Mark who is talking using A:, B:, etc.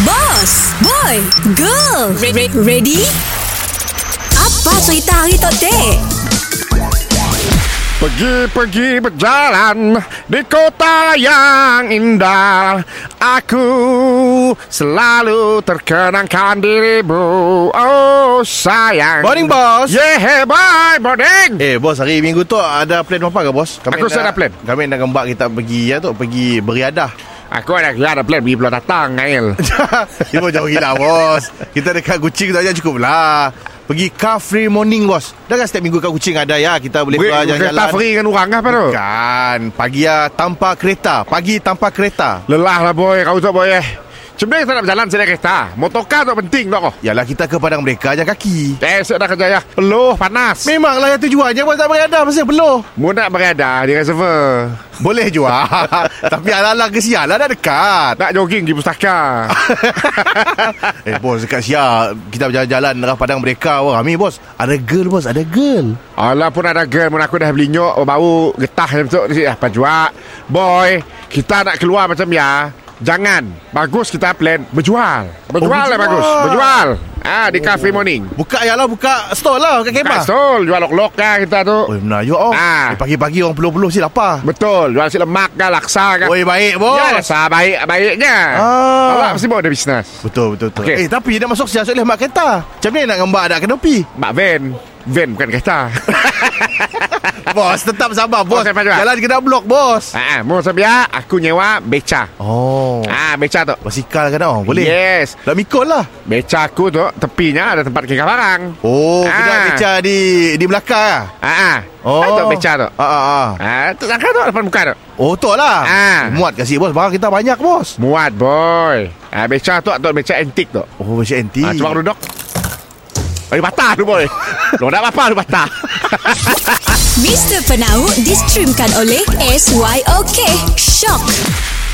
A: Boss, boy, girl, Re- re- ready? Apa cerita hari tote?
B: Pergi-pergi berjalan di kota yang indah Aku selalu terkenangkan dirimu Oh sayang
C: Morning, boss.
B: Yeah bye morning
C: Eh bos hari minggu tu ada plan apa ke bos?
B: Aku
C: nak-
B: rasa ada plan.
C: Kami nak gembak kita pergi ya tu pergi beriadah.
B: Aku ada ada plan pergi belum datang Nail
C: Ini pun jauh gila bos. Kita dekat kucing tu aja cukup lah. Pergi car free morning bos. Dah kan setiap minggu kat kucing ada ya kita boleh keluar
B: Kereta
C: jalan-jalan.
B: free dengan orang lah, apa tu?
C: Kan pagi ya tanpa kereta. Pagi tanpa kereta.
B: Lelah lah boy Kau tu boy eh Cuma kita nak berjalan Saya kereta Motokar tu penting tak kau
C: Yalah kita ke padang mereka aja kaki.
B: Eh saya dah kerja ya Peluh panas
C: Memanglah yang tujuannya bos tak beriadah pasal peluh.
B: Mu nak berada di reservoir
C: Boleh jual. Tapi alang-alang ke Sia lah dah dekat.
B: Nak jogging di pustaka
C: Eh bos dekat Sia Kita berjalan-jalan Arah padang mereka Wah Rami bos Ada girl bos Ada girl
B: Alah pun ada girl Mun aku dah beli nyok Bau getah macam tu Dah pajua Boy Kita nak keluar macam ya Jangan Bagus kita plan Berjual Berjual
C: Oh, berjual. Oh.
B: lah bagus Berjual Ah Di cafe morning
C: Buka ya lah Buka store lah Kat
B: Kat
C: kemah
B: Sol Jual lok-lok lah kita tu
C: Oi benar juga oh.
B: Ah.
C: Eh, pagi-pagi orang peluh-peluh si lapar
B: Betul Jual si lemak kah Laksa kah
C: Oi baik bos
B: Ya lah baik-baiknya
C: Ah.
B: Allah mesti bawa ada bisnes
C: Betul betul betul.
B: Okey.
C: Eh tapi dia masuk Sia soalnya mak kereta Macam ni nak ngembak nak kedopi
B: Mak van Van bukan kereta
C: Bos tetap sabar bos
B: Oh, saya faham juga.
C: Jalan kena blok bos
B: Ah, ah, Mu sabia Aku nyewa beca
C: Oh
B: Ah, beca tu
C: Basikal kan oh Boleh
B: Yes
C: Dah mikol lah
B: Beca aku tu Tepinya ada tempat kekal barang
C: Oh
B: Ah.
C: Kedai beca di Di Melaka lah
B: Ah, ah.
C: Oh
B: Ada beca tu
C: ah, ah, ah.
B: Ah, tu sangka tu depan muka tu.
C: Oh tu lah
B: Ah.
C: Muat kasih bos Barang kita banyak bos
B: Muat boy. Ah, beca tu atau beca antik tu.
C: Oh macam anti
B: Ah, cuba duduk. Oi, patah tu boy. Lo nak apa tu patah.
A: Mr. Penau distreamkan oleh SYOK. Shock.